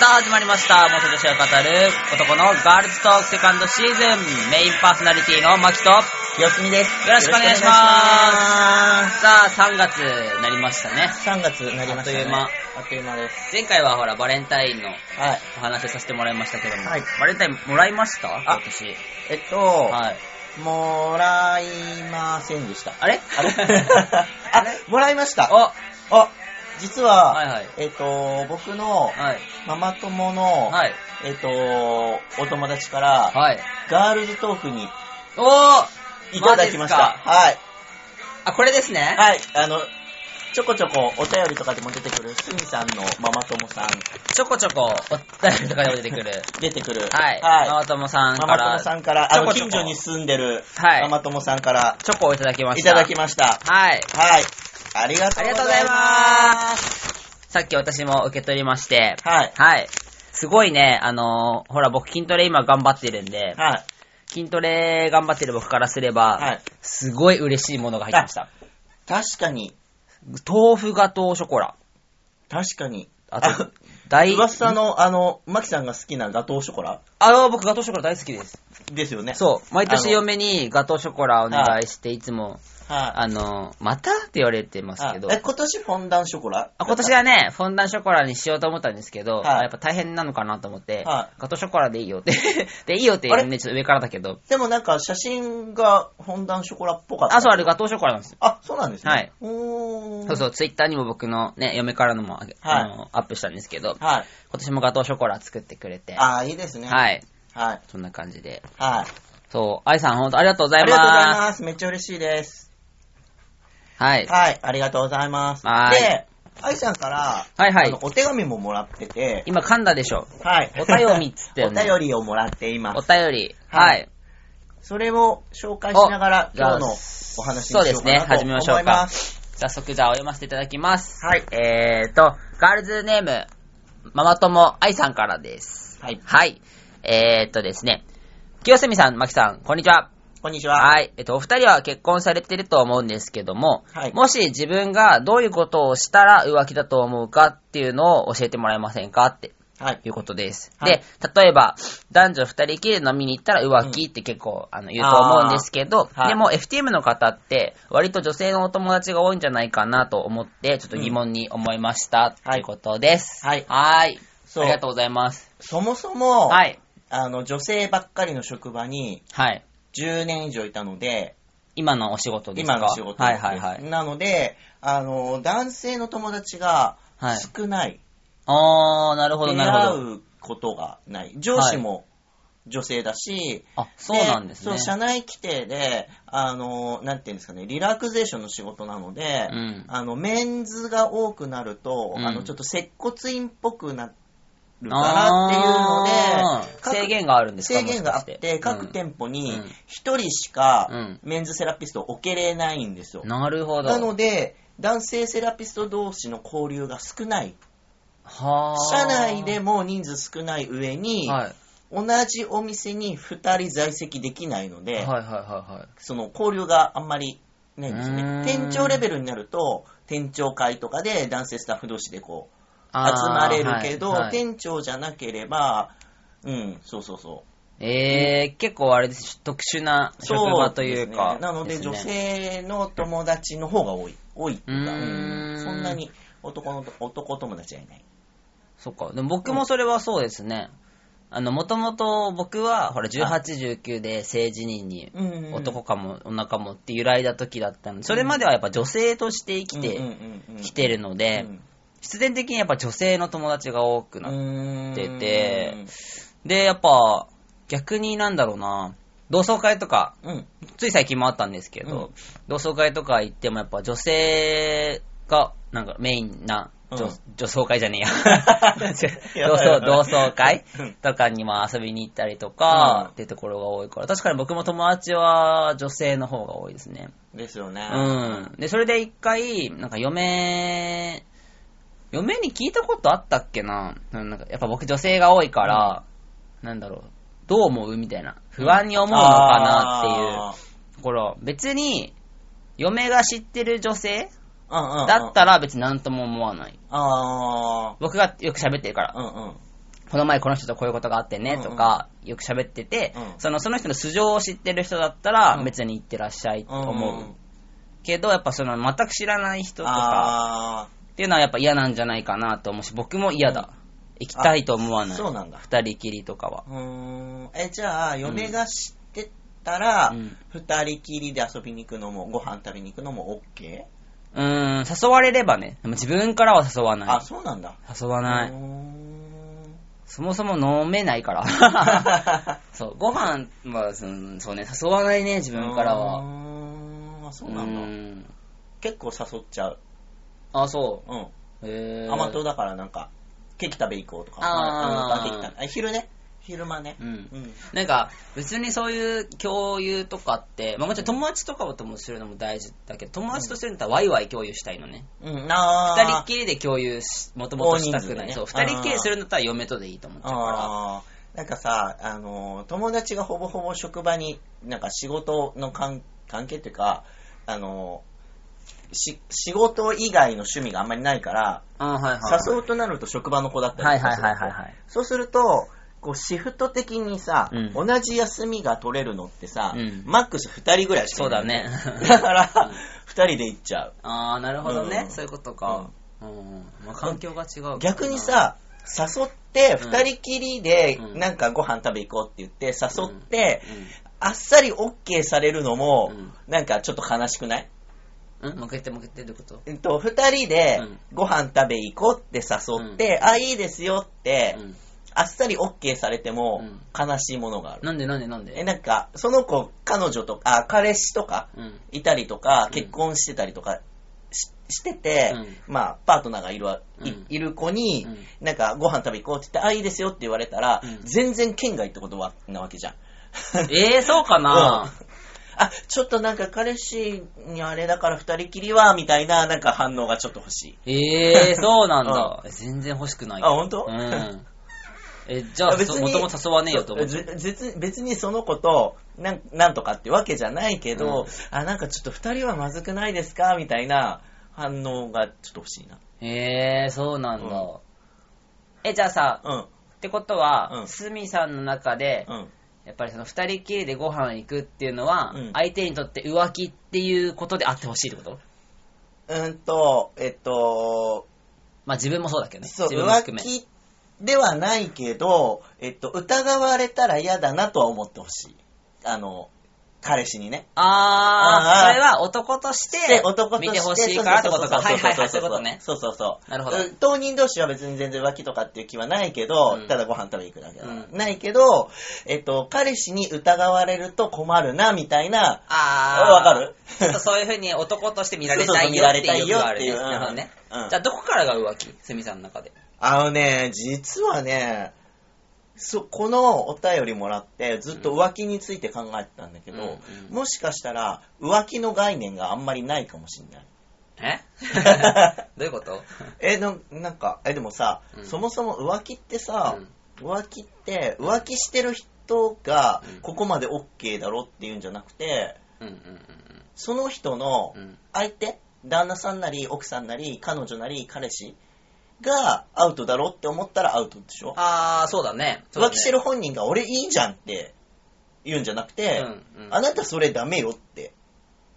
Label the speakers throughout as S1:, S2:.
S1: さあ、始まりました。元女子が語る男のガールズトークセカンドシーズン。メインパーソナリティのマキと。
S2: よすみです。
S1: よろしくお願いしまさあ、3月になりましたね。
S2: す。3月になりました、ね。
S1: あっ
S2: あっという間です。
S1: 前回はほら、バレンタインの
S2: はい。
S1: お話をさせてもらいましたけども。
S2: はい
S1: バレンタインもらいました
S2: あ
S1: 私。
S2: えっと、
S1: はい。
S2: もらいませんでした。
S1: あれ
S2: あれあもらいました。
S1: あ
S2: あ、実は、
S1: はいはい
S2: えっと、僕の
S1: はい。
S2: ママ友の、
S1: はい。
S2: えっと、お友達から、
S1: はい。
S2: ガールズトークに
S1: おー
S2: いただきました。
S1: マジっすか
S2: はい。
S1: あ、これですね。
S2: はい。あの、ちょこちょこお便りとかでも出てくる、すみさんのママ友さん、
S1: ちょこちょこ、お便りとかでも出てくる。
S2: 出てくる。
S1: はい。
S2: はい。
S1: ママ友さんか
S2: ママ
S1: ら、
S2: 友さんから、
S1: ち
S2: あ
S1: ょこ
S2: の、
S1: ちょこ
S2: 近所に住んでる、
S1: はい
S2: ママ友さんから、
S1: チョコをいただきま
S2: い
S1: した。
S2: ただきました。
S1: はい。
S2: はい。ありがと
S1: あ
S2: う
S1: り
S2: ご
S1: がとうご
S2: ざ
S1: ざ
S2: い
S1: い
S2: ま
S1: ます。さっき私も受け取りまして、
S2: す。はい。
S1: はい。すごいね、あのーほら僕筋トレ今頑張ってるんで、
S2: はい。
S1: 筋トレ頑張ってる僕からすれば、
S2: はい。
S1: すごい嬉しいものが入ってました。
S2: 確かに、
S1: 豆腐ガトーショコラ。
S2: 確かに。
S1: あと、大、
S2: 噂の、あの、マキさんが好きなガトーショコラ
S1: あの、僕ガトーショコラ大好きです。
S2: ですよね。
S1: そう。毎年
S2: あの
S1: 嫁にガトーショコラお願いして、いつも、
S2: う。はい。
S1: あのーまたって言われてますけど
S2: あ。え、今年フォンダンショコラ
S1: あ今年はね、フォンダンショコラにしようと思ったんですけど、
S2: はい
S1: あやっぱ大変なのかなと思って、
S2: は
S1: ガトーショコラでいいよって、 で、いいよって言うね、ちょっと上からだけど、
S2: でもなんか写真がフォンダンショコラっぽかった。
S1: あ、そう、あれガトーショコラなんですよ。
S2: あ、そうなんですね。
S1: はい。
S2: おー。
S1: そうそう、ツイッターにも僕のね、嫁からのもあげ、
S2: はい
S1: あのアップしたんですけど、今
S2: はい。
S1: 年もガトーショコラ作ってくれて、
S2: あー、いいですね。い。
S1: はい、
S2: はい。
S1: そんな感じで。
S2: はい。
S1: そう、愛さん本当ありがとうござ
S2: あ
S1: い
S2: りがとうござい
S1: ま
S2: ます。めっちゃ嬉しいです。
S1: す。はい。
S2: はい、ありがとうございます。
S1: はい
S2: で、愛さんから、
S1: はいは
S2: あ
S1: い
S2: の。お手紙ももらってて、
S1: 今噛んだでしょ。
S2: はい
S1: お便りっつって
S2: お便りをもらっていま
S1: お
S2: す。
S1: 便り。
S2: は
S1: はいい。
S2: それを紹介しながら、
S1: お
S2: 今日の
S1: じゃあ
S2: お話
S1: そ
S2: に
S1: う
S2: し
S1: で
S2: よう
S1: す
S2: か
S1: ね。
S2: なと
S1: 始めましょ
S2: 思
S1: う
S2: いま
S1: か
S2: す。。
S1: 早速、じゃあお読ませていただきます。
S2: はい。
S1: えーと、ガールズネーム、ママ友愛さんからです。
S2: はい。
S1: はい。えーとですね、清澄さん、まきさん、こんにちは。
S2: こんにちは。
S1: はい。えっと、お二人は結婚されてると思うんですけども、
S2: はい
S1: もし自分がどういうことをしたら浮気だと思うかっていうのを教えてもらえませんかって
S2: はい。
S1: いうことです。
S2: はい
S1: で、例えば、男女二人きりで飲みに行ったら浮気って結構、あの言うと思うんですけど、
S2: あーはい
S1: でも FTM の方って、割と女性のお友達が多いんじゃないかなと思って、ちょっと疑問に思いました、
S2: うん
S1: ということです。
S2: はい
S1: はーい。
S2: そう
S1: ありがとうございます。
S2: そもそも、
S1: はい。
S2: あの、女性ばっかりの職場に
S1: はい。
S2: 10年以上いたので、
S1: 今のお仕事ですか
S2: 今の仕事
S1: はいはいはい。
S2: なので、あの、男性の友達が
S1: はい
S2: 少ない。
S1: あー、なるほど
S2: 出
S1: なるほ
S2: 会
S1: ど。
S2: うことがない。上司も女性だし、
S1: あ、そうなんですね
S2: そう、。社内規定で、あの、なんていうんですかね、リラクゼーションの仕事なので、
S1: うん
S2: あの、メンズが多くなると、
S1: うん
S2: あの、ちょっと接骨院っぽくなるかな
S1: あ
S2: っていうので
S1: ー
S2: 各、
S1: 制限があるんですか
S2: 制限があ
S1: も
S2: っ、
S1: しかして
S2: 各
S1: うん
S2: 店舗
S1: う
S2: に
S1: ん
S2: 一人しか
S1: うん
S2: メンズセラピストを置けれないんですよ。
S1: なるほど。
S2: なので、男性セラピスト同士の交流が少ない。
S1: はー
S2: 社内でも人数少ない上に、
S1: はい。
S2: 同じお店に2人在籍できないので、
S1: はいはいはいはい。
S2: その交流があんまりないんです
S1: うー
S2: ね
S1: ん。
S2: 店長レベルになると、店長会とかで男性スタッフ同士でこう、集
S1: あー
S2: まれるけど、
S1: はいはい
S2: 店長じゃなければ、うん、そうそうそう。
S1: えー、結構あれです、特殊な職場という
S2: そう
S1: か。
S2: ですねなので、
S1: すね
S2: 女性の友達の方が多い。多いっていうか、
S1: う
S2: う
S1: ーん
S2: んそんなに男のと男友達はいない。
S1: そっか。でも僕もそれはそうですね。あの、もともと僕は、ほら、18、19で性自認に
S2: うん
S1: 男かも女かもって揺らいだ時だったので、それまではやっぱ女性として生き
S2: うんう
S1: て
S2: んうんうん
S1: きてるので、必然的にやっぱ女性の友達が多くなっ
S2: な
S1: ててで、やっぱ、逆になんだろうな、同窓会とか、
S2: うん、
S1: つい最近もあったんですけど、同窓会とか行ってもやっぱ女性が、なんかメインな、女
S2: うん
S1: 女装会じゃねえや。同窓、
S2: やばいやばい
S1: 同窓会
S2: うん
S1: とかにも遊びに行ったりとか、
S2: うん
S1: っていうところが多いから、確かに僕も友達は女性の方が多いですね。
S2: ですよね。
S1: うん。で、それで一回、なんか嫁、嫁に聞いたことあったっけなうんなんかやっぱ僕女性が多いから、なんだろう、どう思うみたいな。不安に思うのかなっていう。ところ、別に、嫁が知ってる女性
S2: だ
S1: だったら別に何とも思わない。
S2: あー
S1: 僕がよく喋ってるから。
S2: うんうん。
S1: この前この人とこういうことがあってねとか、よく喋ってて、
S2: うん
S1: そのその人の素性を知ってる人だったら、
S2: うん
S1: 別に行ってらっしゃいと
S2: 思
S1: 思う、
S2: うん。
S1: けどやっぱその全く知らない人とか
S2: あ
S1: っていうのはやっぱ嫌なんじゃないかなと思うし僕も嫌だ、行きたいと思わ
S2: あ、
S1: ない
S2: そうなんだ。
S1: 二人きりとかは
S2: うーん。え、じゃあ、嫁が知ってたら
S1: うん、
S2: 二人きりで遊びに行くのも、ご飯食べに行くのも OK?
S1: うーん誘われればねでも自分からは誘わな
S2: あ、
S1: い
S2: そうなんだ。
S1: 誘わないう
S2: ーん
S1: そもそも飲めないから そうご飯はそのそうね誘わないね自分から
S2: う
S1: は
S2: ーんあ、そうなん
S1: う
S2: だ。
S1: ーん
S2: 結構誘っちゃう。
S1: あそ
S2: うん。
S1: うへえ
S2: 甘党だからなんか、ケーキ食べ行こうとか。
S1: あー
S2: うんケーキ食べあ昼ね。昼間ね。
S1: うん
S2: うん。
S1: なんか別にそういう共有とかって、まあ、もちろん友達とかともするのも大事だけど友達とするんだったらワイワイ共有したいのね
S2: うん、な
S1: 二人っきりで共有しもともとしたくない、
S2: 大人数でね
S1: そう二人っきりするんだったら嫁とでいいと思っちゃうか
S2: あーなんかさ、あのー、友達がほぼほぼ職場に、なんか仕事の関関係っていうか、あのー、し、仕事以外の趣味があんまりないから、
S1: らあーはいはい
S2: 誘うとなると職場の子だった
S1: は
S2: り
S1: い
S2: とか
S1: はい
S2: する
S1: はいはいはい
S2: そうすると、こうシフト的にさ、
S1: うん
S2: 同じ休みが取れるのってさ、
S1: うん
S2: マックス2人ぐらいしか
S1: そう
S2: いな
S1: だ
S2: い。
S1: ね
S2: だから、2人で行っちゃう。
S1: ああなるほどね、
S2: うん
S1: そういうことか、うんまあ、環境が違うからな
S2: 逆にさ、誘って、
S1: うん
S2: 2人きりで、
S1: うん
S2: なんかご飯食べ行こうって言って、誘って、
S1: う
S2: あっさり OK されるのも、
S1: うん
S2: なんかちょっと悲しくない
S1: んうんもう一回言ってもう一回言ってどういうこと
S2: えっと、二人で
S1: うん
S2: ご飯食べ行こうって誘って、あ、いいですよって、
S1: うん
S2: あっさり OK されても
S1: うん、
S2: 悲しいものがある。
S1: なんでなんでなん
S2: え、
S1: で
S2: なんか、その子、彼女とか、あ、彼氏とか、
S1: うん
S2: いたりとか
S1: ん、
S2: 結婚してたりとかししてて、
S1: う
S2: まあ、パートナーがいるわ、い,、
S1: うん
S2: る子に、
S1: うん
S2: なんか、ご飯食べ行こうって言って、あ、いいですよって言われたら、
S1: うん
S2: 全然県外ってことはなわけじゃん。
S1: えー、そうかな、
S2: あ、ちょっとなんか彼氏にあれだから二人きりは、みたいな、なんか反応がちょっと欲しい。
S1: えー、そうなんだ、全然欲しくない
S2: あ、本当
S1: うん。え、じゃあ、そもともと誘わねえよと思って。
S2: ぜ別別にその子となん、なんとかってわけじゃないけど、
S1: うん
S2: あ、なんかちょっと二人はまずくないですかみたいな反応がちょっと欲しいな。
S1: へえー、そうなんだ。
S2: う
S1: え、じゃあさ、
S2: うん、
S1: ってこと
S2: う
S1: は、
S2: ん
S1: すみさんの中で、
S2: うん。
S1: やっぱりその二人きりでご飯行くっていうのは、
S2: うん
S1: 相手にとって浮気っていうことであってほしいってこと
S2: うーんと、えっと、
S1: まあ自分もそうだけどね。
S2: そう、
S1: 自分も含
S2: 浮
S1: め。
S2: 気ではないけど、えっと、疑われたら嫌だなとは思ってほしい。あの、彼氏にね。
S1: あー
S2: あー
S1: それは男とし
S2: で
S1: て、
S2: 男として
S1: 見てほしいからってことか。
S2: そ
S1: は
S2: う
S1: い
S2: そ
S1: は
S2: う
S1: い
S2: そ
S1: は
S2: う
S1: い、そういうことね。
S2: そうそうそう。
S1: なるほど
S2: うん当人同士は別に全然浮気とかっていう気はないけど、
S1: うん
S2: ただご飯食べに行くだけだから、
S1: うん
S2: ないけど、えっと、彼氏に疑われると困るな、みたいな、
S1: あー。
S2: わかる
S1: ちょっとそういうふうに男として見られ
S2: そう
S1: た
S2: そう
S1: い
S2: 見
S1: よ
S2: ら
S1: って
S2: れた
S1: いう
S2: い
S1: 欲
S2: よ
S1: があ
S2: っ
S1: る
S2: て
S1: ね。
S2: いう。
S1: なるほどね。
S2: うん
S1: じゃあ、どこからが浮気すみさんの中で。
S2: あのね、実はね、そこのお便りもらってずっと浮気について考えてたんだけど、
S1: うんうん
S2: もしかしたら浮気の概念があんまりないかもしれない。
S1: えどういうこと
S2: えななんかえでもさ、
S1: うん
S2: そもそも浮気ってさ、
S1: うん
S2: 浮気って浮気してる人が
S1: うん
S2: ここまで OK だろっていうんじゃなくて
S1: うんうん
S2: その人の
S1: うんうん。
S2: 相手旦那さんなり奥さんなり彼女なり彼氏がアウトだろって思ったらアウトでしょ、
S1: あー、そうだね。そうだ
S2: 浮
S1: ね
S2: 気してる本人が俺いいじゃんって言うんじゃなくて、
S1: うんうん
S2: あなたそれダメよって、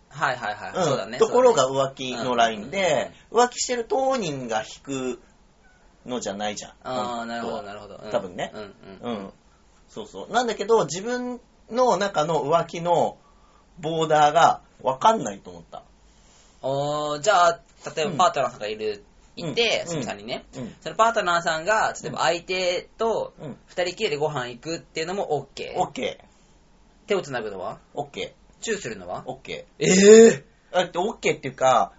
S1: はいはいはい。
S2: うん
S1: そうだね。
S2: ところが
S1: そう
S2: 浮気のラインで、浮気してる当人が引くのじゃないじゃん。
S1: だね、あー、
S2: 本当は
S1: なるほどなるほど。うん
S2: 多分ね
S1: うんうん。
S2: うん。そうそう。なんだけど、自分の中の浮気のボーダーが分かんないと思った。
S1: おー、じゃあ、例えばパートナーさんがいる、
S2: うん
S1: いて、
S2: うん
S1: すみさんにね。
S2: うん。
S1: そのパートナーさんが、例えば相手と
S2: うん。
S1: 二人きりでご飯行くっていうのも OK。
S2: OK。
S1: 手をつなぐのは
S2: OK。
S1: チューするのは
S2: OK。
S1: ええ
S2: だって OK っていうか、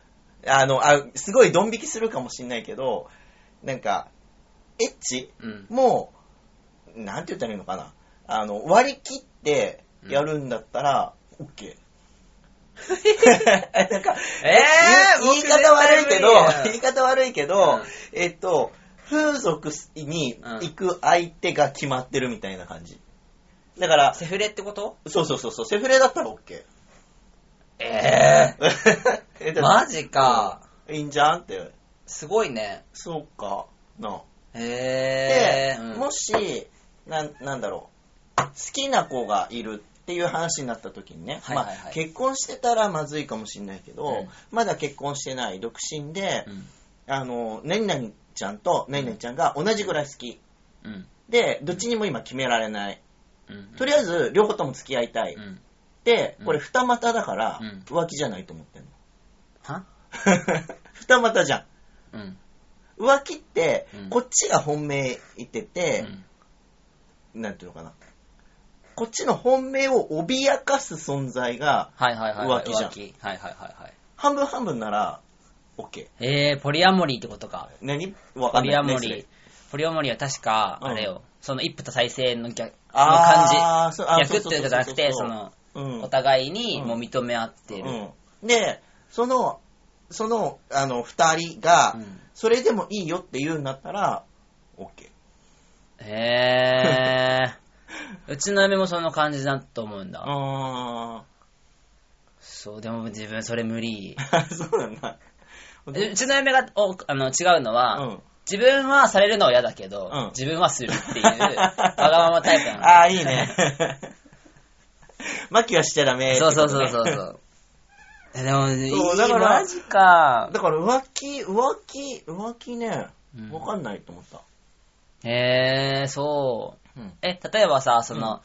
S2: あの、あすごいドン引きするかもしんないけど、なんか、エッチ
S1: うん。
S2: もう、なんて言ったらいいのかな。あの、割り切ってやるんだったら、OK。なんか、
S1: えー
S2: 言い言い方悪いけ
S1: 僕絶対
S2: ど
S1: 無理や、
S2: 言い方悪いけ
S1: う
S2: ど
S1: ん、
S2: えっと、風俗に行く相手が決まってるみたいな感じ。だから、
S1: セフレってこと
S2: そうそうそうそう、セフレだった ら OK。
S1: ええ
S2: え
S1: マジか。
S2: いいんじゃんって。
S1: すごいね。
S2: そうか。なあ。
S1: へえ。、
S2: で
S1: うん
S2: もしなん、なんだろう、好きな子がいるっていう話になった時にね、
S1: はいはいはい
S2: まあ、結婚してたらまずいかもしれないけど、
S1: うん
S2: まだ結婚してない独身で、
S1: うん。
S2: あの、何々ちゃんと何々ちゃんが同じぐらい好き。
S1: うん。
S2: で、どっちにも今決められない。
S1: うん。
S2: とりあえず、両方とも付き合いたい。
S1: うん。
S2: で
S1: う、ん
S2: これ二股だから
S1: うん、
S2: 浮気じゃないと思ってんの。
S1: は
S2: 二股じゃん。
S1: うん。
S2: 浮気って
S1: う、ん
S2: こっちが本命言って
S1: う
S2: て、
S1: ん
S2: なんていうのかな。こっちの本命を脅かす存在が、
S1: はいはいはいはい。
S2: 浮気じゃん
S1: はいはいはいはい。
S2: 半分半分なら、OK。
S1: えー、ポリアモリーってことか。
S2: 何わ
S1: ポ
S2: かんない。
S1: リアモ
S2: レスレ
S1: リ
S2: ー
S1: ー。ポリアモリーは確か、
S2: うん
S1: あれよ、その一夫多妻制の逆の感
S2: あーそう
S1: じ。
S2: あ
S1: 逆っていうかじゃなくて、そ、の、
S2: ううううう
S1: お互いに
S2: うん
S1: もう認め合ってる。
S2: うん、で、その、その、あの、二人が、
S1: うん
S2: それでもいいよって言うんだったら、OK。
S1: へー。うちの嫁もその感じだと思うんだ。
S2: あ
S1: そう、でも自分それ無理。
S2: ー。 そうなんだ。
S1: うちの嫁がおあの違うのは、
S2: うん
S1: 自分はされるのは嫌だけど、
S2: うん
S1: 自分はするっていう、わがままタイプなの。
S2: ああ、い いね。マキはしちゃダメって
S1: そ
S2: こ
S1: うそ
S2: と
S1: う
S2: ね、
S1: そうそうそう。えでも、いい
S2: そうだから
S1: マジか。
S2: だから浮気、浮気、浮気ね
S1: う、ん
S2: わかんないと思った。
S1: へえ、そう。
S2: うん。
S1: え、例えばさ、その、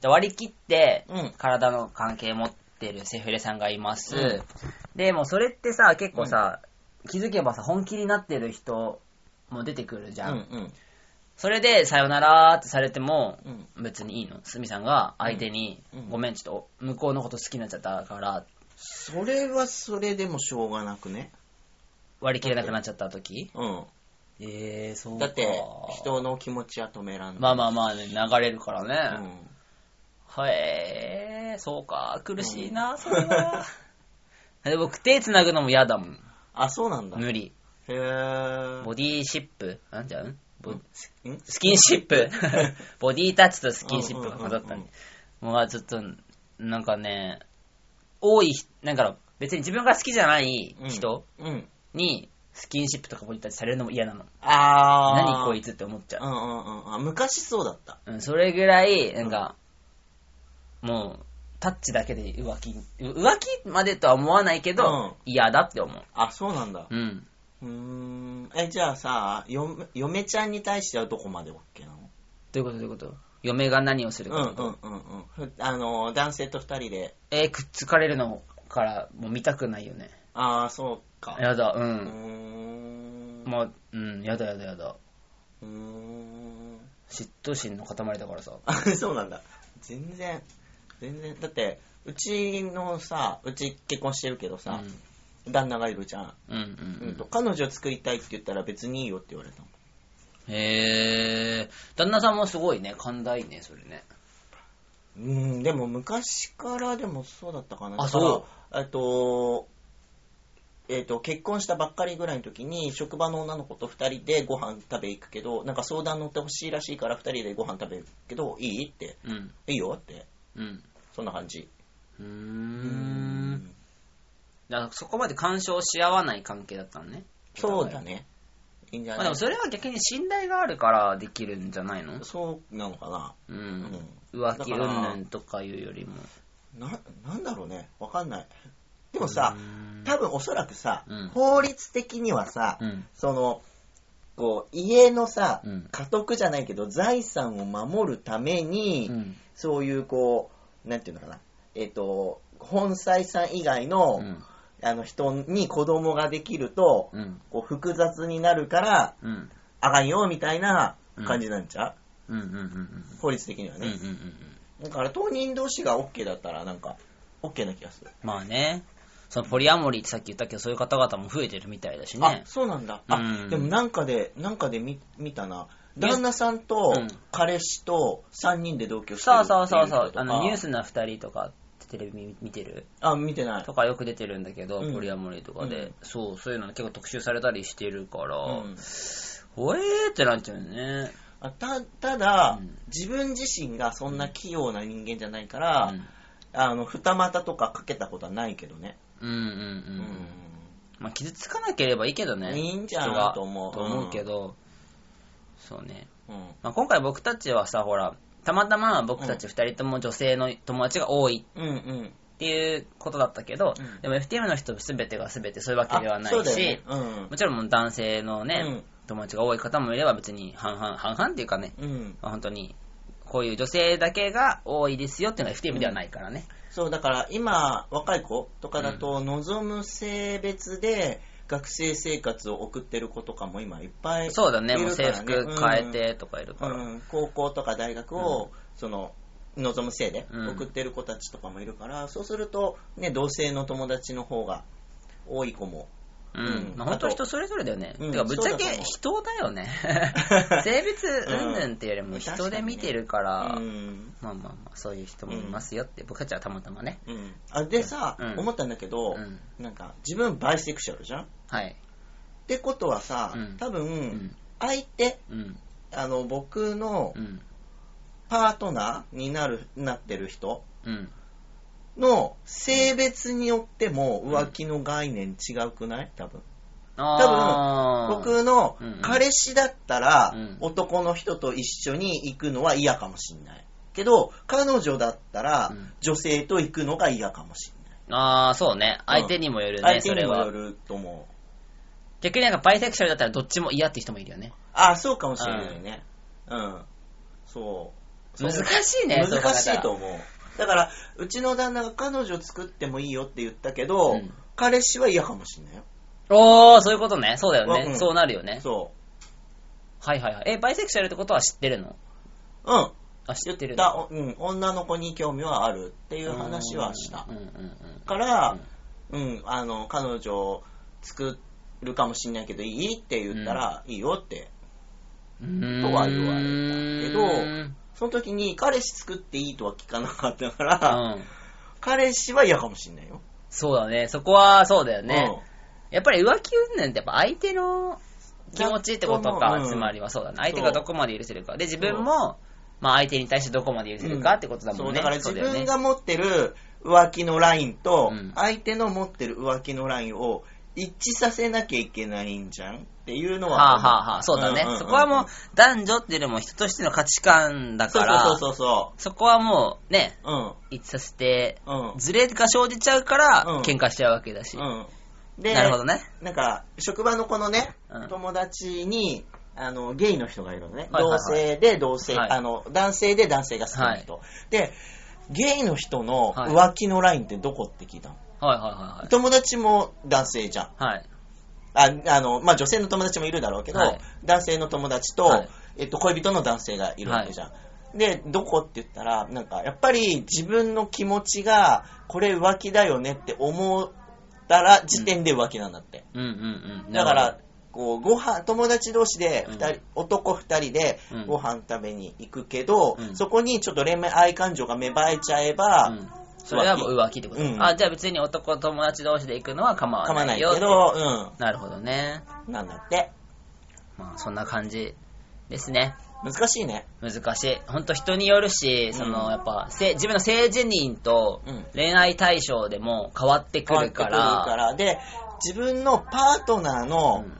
S1: じゃあ割り切って、
S2: うん
S1: 体の関係持ってるセフレさんがいます。
S2: うん
S1: で、もうそれってさ、結構さ、気づけばさ、本気になってる人も出てくるじ
S2: う
S1: ゃん。
S2: ん、
S1: それで、さよならーってされても、
S2: うん。
S1: 別にいいのすみさんが相手に、
S2: うん
S1: ごめん、ちょっと向こうのこと好きになっちゃったから、
S2: それはそれでもしょうがなくね。
S1: 割り切れなくなっちゃった時
S2: うん。
S1: えー、そうか。
S2: だって、人の気持ちは止めらんない。
S1: まあまあまあ、ね、流れるからね。
S2: うん
S1: はえー、そうか、苦しいな、それ は。で僕、手繋ぐのも嫌だもん。
S2: あ、そうなんだ。
S1: 無理。
S2: へぇ
S1: ボディシップなんじゃんボ
S2: ん
S1: スキンシッ プボディタッチとスキンシップが混ざった
S2: うんうん
S1: ねもうちょっと、なんかね、多い、なんか別に自分が好きじゃない人
S2: うん。
S1: に、スキンシップとかボディタッチされるのも嫌なの。
S2: あー。
S1: 何こいつって思っちゃ
S2: うんうんうん。あ、昔そうだった。
S1: うん、それぐらい、なんか、もう、タッチだけで浮気、う浮気までとは思わないけど、嫌だって思う。
S2: あ、そうなんだ。
S1: うん。
S2: うーん。え、じゃあさ、嫁嫁ちゃんに対してはどこまで OK なの
S1: どういうことどういうこと嫁が何をする
S2: う
S1: か
S2: ん
S1: ってこと、
S2: うんうんうんふ。あの、男性と二人で、
S1: えーくっつかれるのから、もう見たくないよね。
S2: あー、そうか。
S1: やだ、う
S2: うー
S1: ん。
S2: ん。
S1: まあ、うん、やだやだやだ。
S2: うーん。
S1: 嫉妬心の塊だからさ。
S2: あ、そうなんだ。全然、全然。だって、うちのさ、うち結婚してるけど
S1: うん
S2: さ、、旦那がいるじゃん。
S1: うん、うん
S2: う
S1: うんん
S2: と、彼女作りたいって言ったら別にいいよって言われたもん
S1: へえー、旦那さんもすごいね、寛大ね、それね。
S2: うん、でも昔からでもそうだったかな。
S1: あ
S2: だから
S1: そ
S2: えっと、えっと、結婚したばっかりぐらいの時に、職場の女の子と2人でご飯食べ行くけど、なんか相談乗ってほしいらしいから2人でご飯食べるけど、いいって、
S1: うん、
S2: いいよって、
S1: うん。
S2: そんな感じ。
S1: うー。。
S2: うん
S1: だからそこまで干渉し合わない関係だったのね。
S2: そうだね。いいんじゃ
S1: まあ
S2: な
S1: で
S2: い
S1: もそれは逆に信頼があるからできるんじゃないの
S2: そうなのかな。
S1: う。
S2: うんん。
S1: 浮気
S2: だ
S1: 云
S2: から
S1: 々とかいうよりも。
S2: な、なんだろうね。わかんない。でもさ
S1: う、ん
S2: 多分おそらくさ、
S1: うん
S2: 法律的にはさ、
S1: うん。
S2: その、こう、家のさ
S1: うん、
S2: 家督じゃないけど、財産を守るために、
S1: うん。
S2: そういうこう、なんていうのかな、えっ、と、本妻さん以外の、
S1: うん。
S2: あの人に子供ができると、
S1: うん。
S2: こう複雑になるから、
S1: うん。
S2: あかんよ、みたいな感じなんちゃ
S1: うん。うん。うん。
S2: う、法律的には
S1: うん。うん。うん
S2: ね。。だから当人同士が OK だったら、なんか、OK な気がする。
S1: まあね。そのポリアモリーってさっき言ったけど、そういう方々も増えてるみたいだし
S2: あ
S1: ね、。
S2: そうなんだ。あ、
S1: うん
S2: でもなんかで、なんかで見見たな。旦那さんと
S1: うん
S2: 彼氏と3人で同居してる
S1: そ
S2: っ
S1: う
S2: てい
S1: そううそうそう
S2: こ。とか
S1: あの、ニュースな二人とかテレビ見てる
S2: あ、見てない
S1: と。かよく出てるんだけど、
S2: うん
S1: ポリアモリーとかで、
S2: うん
S1: そう、そういうの結構特集されたりしてるから、
S2: うん
S1: ほえーってなっちゃうよね。
S2: あたただ、
S1: うん
S2: 自分自身がそんな器用な人間じゃないから、
S1: うん
S2: あの二股とかかけたことはないけどね、
S1: うんうんうん
S2: う
S1: うん。まあ、傷つかなければいいけどね。
S2: いいんじゃ
S1: 人
S2: ん
S1: が
S2: と思う
S1: と思うけど、そうね。
S2: うん。
S1: まあ、今回僕たちはさ、ほら、たまたま僕たち二人とも女性の友達が多い
S2: うんうん。
S1: っていうことだったけど、
S2: うん
S1: でも FTM の人全てが全てそういうわけではな
S2: あ
S1: い
S2: そうだ
S1: し、
S2: よねうん
S1: もちろん男性のね、
S2: うん
S1: 友達が多い方もいれば別に半々、半々っていうかね、
S2: うん。
S1: まあ本当に、こういう女性だけが多いですよっていうのが FTM ではないからね。
S2: そう、だから今、若い子とかだと、望む性別で学生生活を送ってる子とかも今いっぱい
S1: そうだね、
S2: い
S1: もう
S2: るか
S1: 制
S2: らね
S1: 服変えてとかいる
S2: う
S1: から。
S2: ん、高校とか大学を、その望むせいで
S1: うん
S2: 送ってる子たちとかもいるから、そうすると、ね、同性の友達の方が多い子も
S1: うん。
S2: うん
S1: まあ、本当人それぞれだよね。
S2: うん
S1: てか、ぶっちゃけ
S2: そうだと思う
S1: 人だよね。 性別うんぬんっていうよりも人で見てるから、
S2: うん
S1: まあまあまあ、そういう人もいますよって、僕たちはたまたまね。
S2: うん、あでさ、
S1: うん
S2: 思ったんだけ
S1: う
S2: ど、
S1: ん
S2: なんか自分バイセクシャルじゃんっ
S1: はい。
S2: てことはさ、
S1: うん
S2: 多分、
S1: うん。
S2: 相手
S1: うん。
S2: あの僕の
S1: うん。
S2: パートナーになるなってる人
S1: うん。
S2: の性別によっても浮気の概念違うくない多分
S1: あー、
S2: 僕の
S1: うん
S2: 彼氏だったら
S1: うん
S2: 男の人と一緒に行くのは嫌かもしんないけど彼女だったら
S1: うん
S2: 女性と行くのが嫌かもしんない
S1: あー、そうね。相手にもよるね、
S2: 相
S1: そ
S2: 手に
S1: れ
S2: もよ
S1: は。
S2: ると思う
S1: 逆になんかバイセクシャルだったらどっちも嫌って人もいるよね。
S2: ああそうかもしれないねうんそうそう
S1: 難しいね、そう考えたら
S2: 難しいと思うだからうちの旦那が彼女作ってもいいよって言ったけど、
S1: うん
S2: 彼氏は嫌かもしんないよ
S1: おー、そういうことね。そうだよね。
S2: うん
S1: そうなるよね。
S2: そ
S1: はいはいはい。え、バイセクシャルってことは知ってるの
S2: ううん
S1: あ、知って
S2: 言
S1: る
S2: った、おうん、女の子に興味はあるっていう話はした
S1: うんうんうん。
S2: から、うん、あの、彼女を作るかもしんないけど、いいって言ったら、いいよって。
S1: うん
S2: とは言われたけどその時に、彼氏作っていいとは聞かなかったから、
S1: うん。
S2: 彼氏は嫌かもしんないよ。
S1: そうだね。そこはそうだよね。
S2: うん
S1: やっぱり浮気云々ってやっぱ相手の気持ちってこと
S2: だと
S1: か、
S2: 思ううん
S1: つまりはそうだね。相手がどこまで許せるか。で、自分も、まあ相手に対してどこまで許せるかってことだ
S2: そ
S1: も
S2: う、
S1: んね。
S2: だから
S1: そ
S2: 自
S1: うだよ
S2: 分
S1: ね
S2: が持ってる浮気のラインと
S1: うん、
S2: 相手の持ってる浮気のラインを一致させなきゃいけないんじゃんっていうのは。
S1: はあはあはあ、そうだね。
S2: んんんん
S1: そこはもう、男女っていうよりも人としての価値観だ
S2: そう
S1: から、
S2: そうそうそう
S1: そこはもうね、
S2: そう。
S1: 一致させて、
S2: うん。うん。
S1: ズレが生じちゃうから
S2: うん、
S1: 喧嘩しちゃうわけだし。
S2: うん、で
S1: なるほどね。
S2: なんか職場の子のね、
S1: うん
S2: 友達にあのゲイの人がいるのね、
S1: はいはいはい
S2: 同性で同性、
S1: はい
S2: あの男性で男性が好きな人、でゲイの人の
S1: はい
S2: 浮気のラインってどこって聞いたの、
S1: はいはいはいはい。
S2: 友達も男性じゃん
S1: はい。
S2: ああの、まあ、女性の友達もいるだろうけど、
S1: はい
S2: 男性の友達と、
S1: はい
S2: えっと、恋人の男性がいるわけじゃん。で、どこって言ったら、なんか、やっぱり自分の気持ちが、これ浮気だよねって思ったら、時点で浮気なんだって。
S1: うんうんうん。
S2: だから、こう、ご飯、友達同士で二人、
S1: うん
S2: 男二人で
S1: うん
S2: ご飯食べに行くけど、
S1: うん
S2: そこにちょっと恋愛感情が芽生えちゃえ
S1: な
S2: ば、
S1: るほど、うんそれはもう浮気ってこと、
S2: うん
S1: あ、じゃあ別に男友達同士で行くのは構
S2: 噛ま
S1: わな
S2: ないい
S1: よって
S2: けど、
S1: なるほどね。
S2: うん、なんだって。
S1: まあそんな感じですね。
S2: 難しいね。
S1: 難しい。ほんと人によるし、その、
S2: うん
S1: やっぱ、性自分の性自認と
S2: うん
S1: 恋愛対象でも変わってくるか、
S2: 変わってくるかららで、自分のパートナーの
S1: うん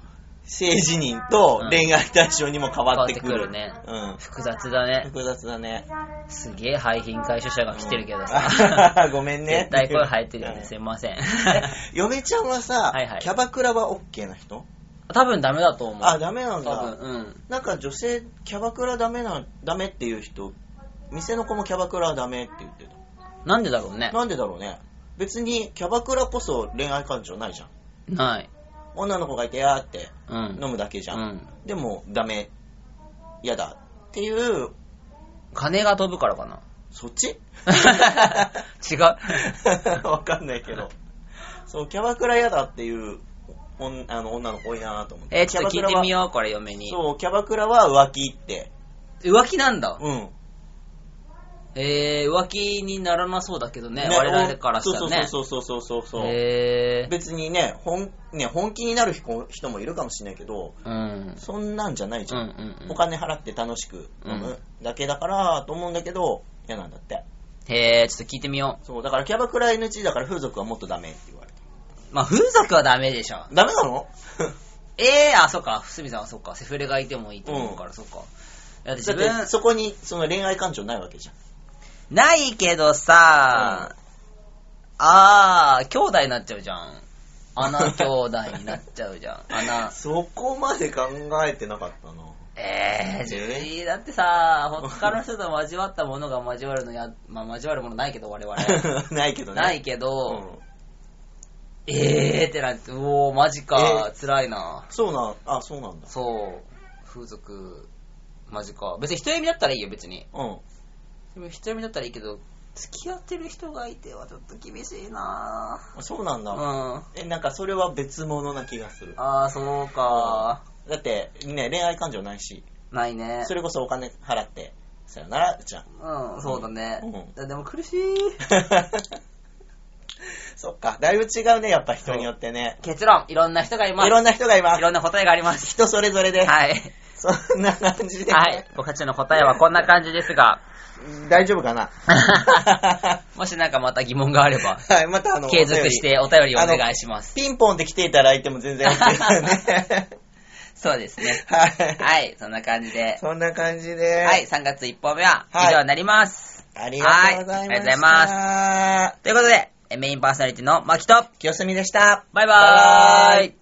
S2: 性自認と恋愛対象にも変わってくる。
S1: うん変わって
S2: うん。
S1: 複雑だね。
S2: 複雑だ ね。
S1: すげえ廃品回収車が来てるけどさ。
S2: あごめん ね。
S1: 絶対声入ってるよね。すいません。
S2: 嫁ちゃんはさ、
S1: はいはい
S2: キャバクラは OK な人
S1: 多分ダメだと思う。
S2: あ、ダメなん
S1: 多分
S2: だ。、
S1: うん。
S2: なんか女性、キャバクラダメな、ダメっていう人、店の子もキャバクラはダメって言って
S1: なんでだろうね
S2: た。。なんでだろうね。別にキャバクラこそ恋愛感情ないじゃん。
S1: ない。
S2: 女の子がいてやーって
S1: うん。
S2: 飲むだけじゃ。
S1: うんん。
S2: でも、ダメ、嫌だっていう、
S1: 金が飛ぶからか な。
S2: そっ ち
S1: 違う
S2: わかんないけど。そう、キャバクラ嫌だっていう、おんあの女の子多いなと思って。
S1: えー、ちょっと聞いてみ
S2: よ
S1: よう、これ嫁に。
S2: そう、キャバクラは浮気って。
S1: 浮気なんだ。
S2: うん。
S1: えー、浮気にならなそうだけどね、我々からしたらね。
S2: そうそうそうそうそうそうそう。
S1: えー、
S2: 別にね、本、ね、本気になる人人もいるかもしれないけど、
S1: うん。
S2: そんなんじゃないじ
S1: うん
S2: ゃ。
S1: うんんう
S2: お
S1: ん。
S2: 金払って楽しく飲むだけだからと思うんだけど、嫌なんだって。
S1: へー、ちょっと聞いてみよ
S2: そう、だからキャバクラ NG だから風俗はもっとダメって言われた。
S1: う。まあ、風俗はダメでしょ。
S2: ダメなの
S1: ええあ、そっか、すみさんはそっか、セフレがいてもいいと思うから、そっか。だって自
S2: だって
S1: 分、
S2: そこにその恋愛感情ないわけじゃん。
S1: ないけどさ、あー、兄弟になっちゃうじゃん。穴兄弟になっちゃうじ ゃん。穴。
S2: そこまで考えてなかったな。
S1: えー、
S2: え
S1: 自分だってさ、他の人と交わったものが交わるのや、まあ交わるものないけど 我々。
S2: ないけどね。
S1: ないけど、えーってなって、うおー、マジか、辛いな。
S2: そうなん、あ、そうなんだ。
S1: そう、風俗、マジか。別に人読みだったらいいよ、別に。
S2: うん。
S1: でも人読みだったらいいけど、付き合ってる人がいてはちょっと厳しいな
S2: あそうなん
S1: ぁ。
S2: だ。
S1: うん。
S2: え、なんかそれは別物な気がする。
S1: あー、そうか
S2: だって、ね、恋愛感情ないし、
S1: ないね。
S2: それこそお金払って、さよなら、じゃん。
S1: うん、そうだね。
S2: う
S1: でも苦しい。
S2: そっか、だいぶ違うね、やっぱ人によってね。
S1: 結論、いろんな人がいます。
S2: いろんな人がいます
S1: い。ろんな答えがあります。
S2: 人それぞれで、
S1: はい。
S2: そんな感じで、
S1: はい。僕たちの答えはこんな感じです が、
S2: 大丈夫かな
S1: もしなんかまた疑問があれば、
S2: はい、またあの、
S1: 継続してお便りをお願いします。
S2: お便り。ピンポンで来ていただいても全然 OK ですね。
S1: そうですね。
S2: はい。
S1: はい、そんな感じで。
S2: そんな感じで、
S1: はい、、3月1本目は
S2: はい
S1: 以上になります。
S2: ありがとうございました。
S1: はいありがとうございま
S2: ます。
S1: ということで、えメインパーソナリティのマキと、
S2: 清澄でした。
S1: バイバーイ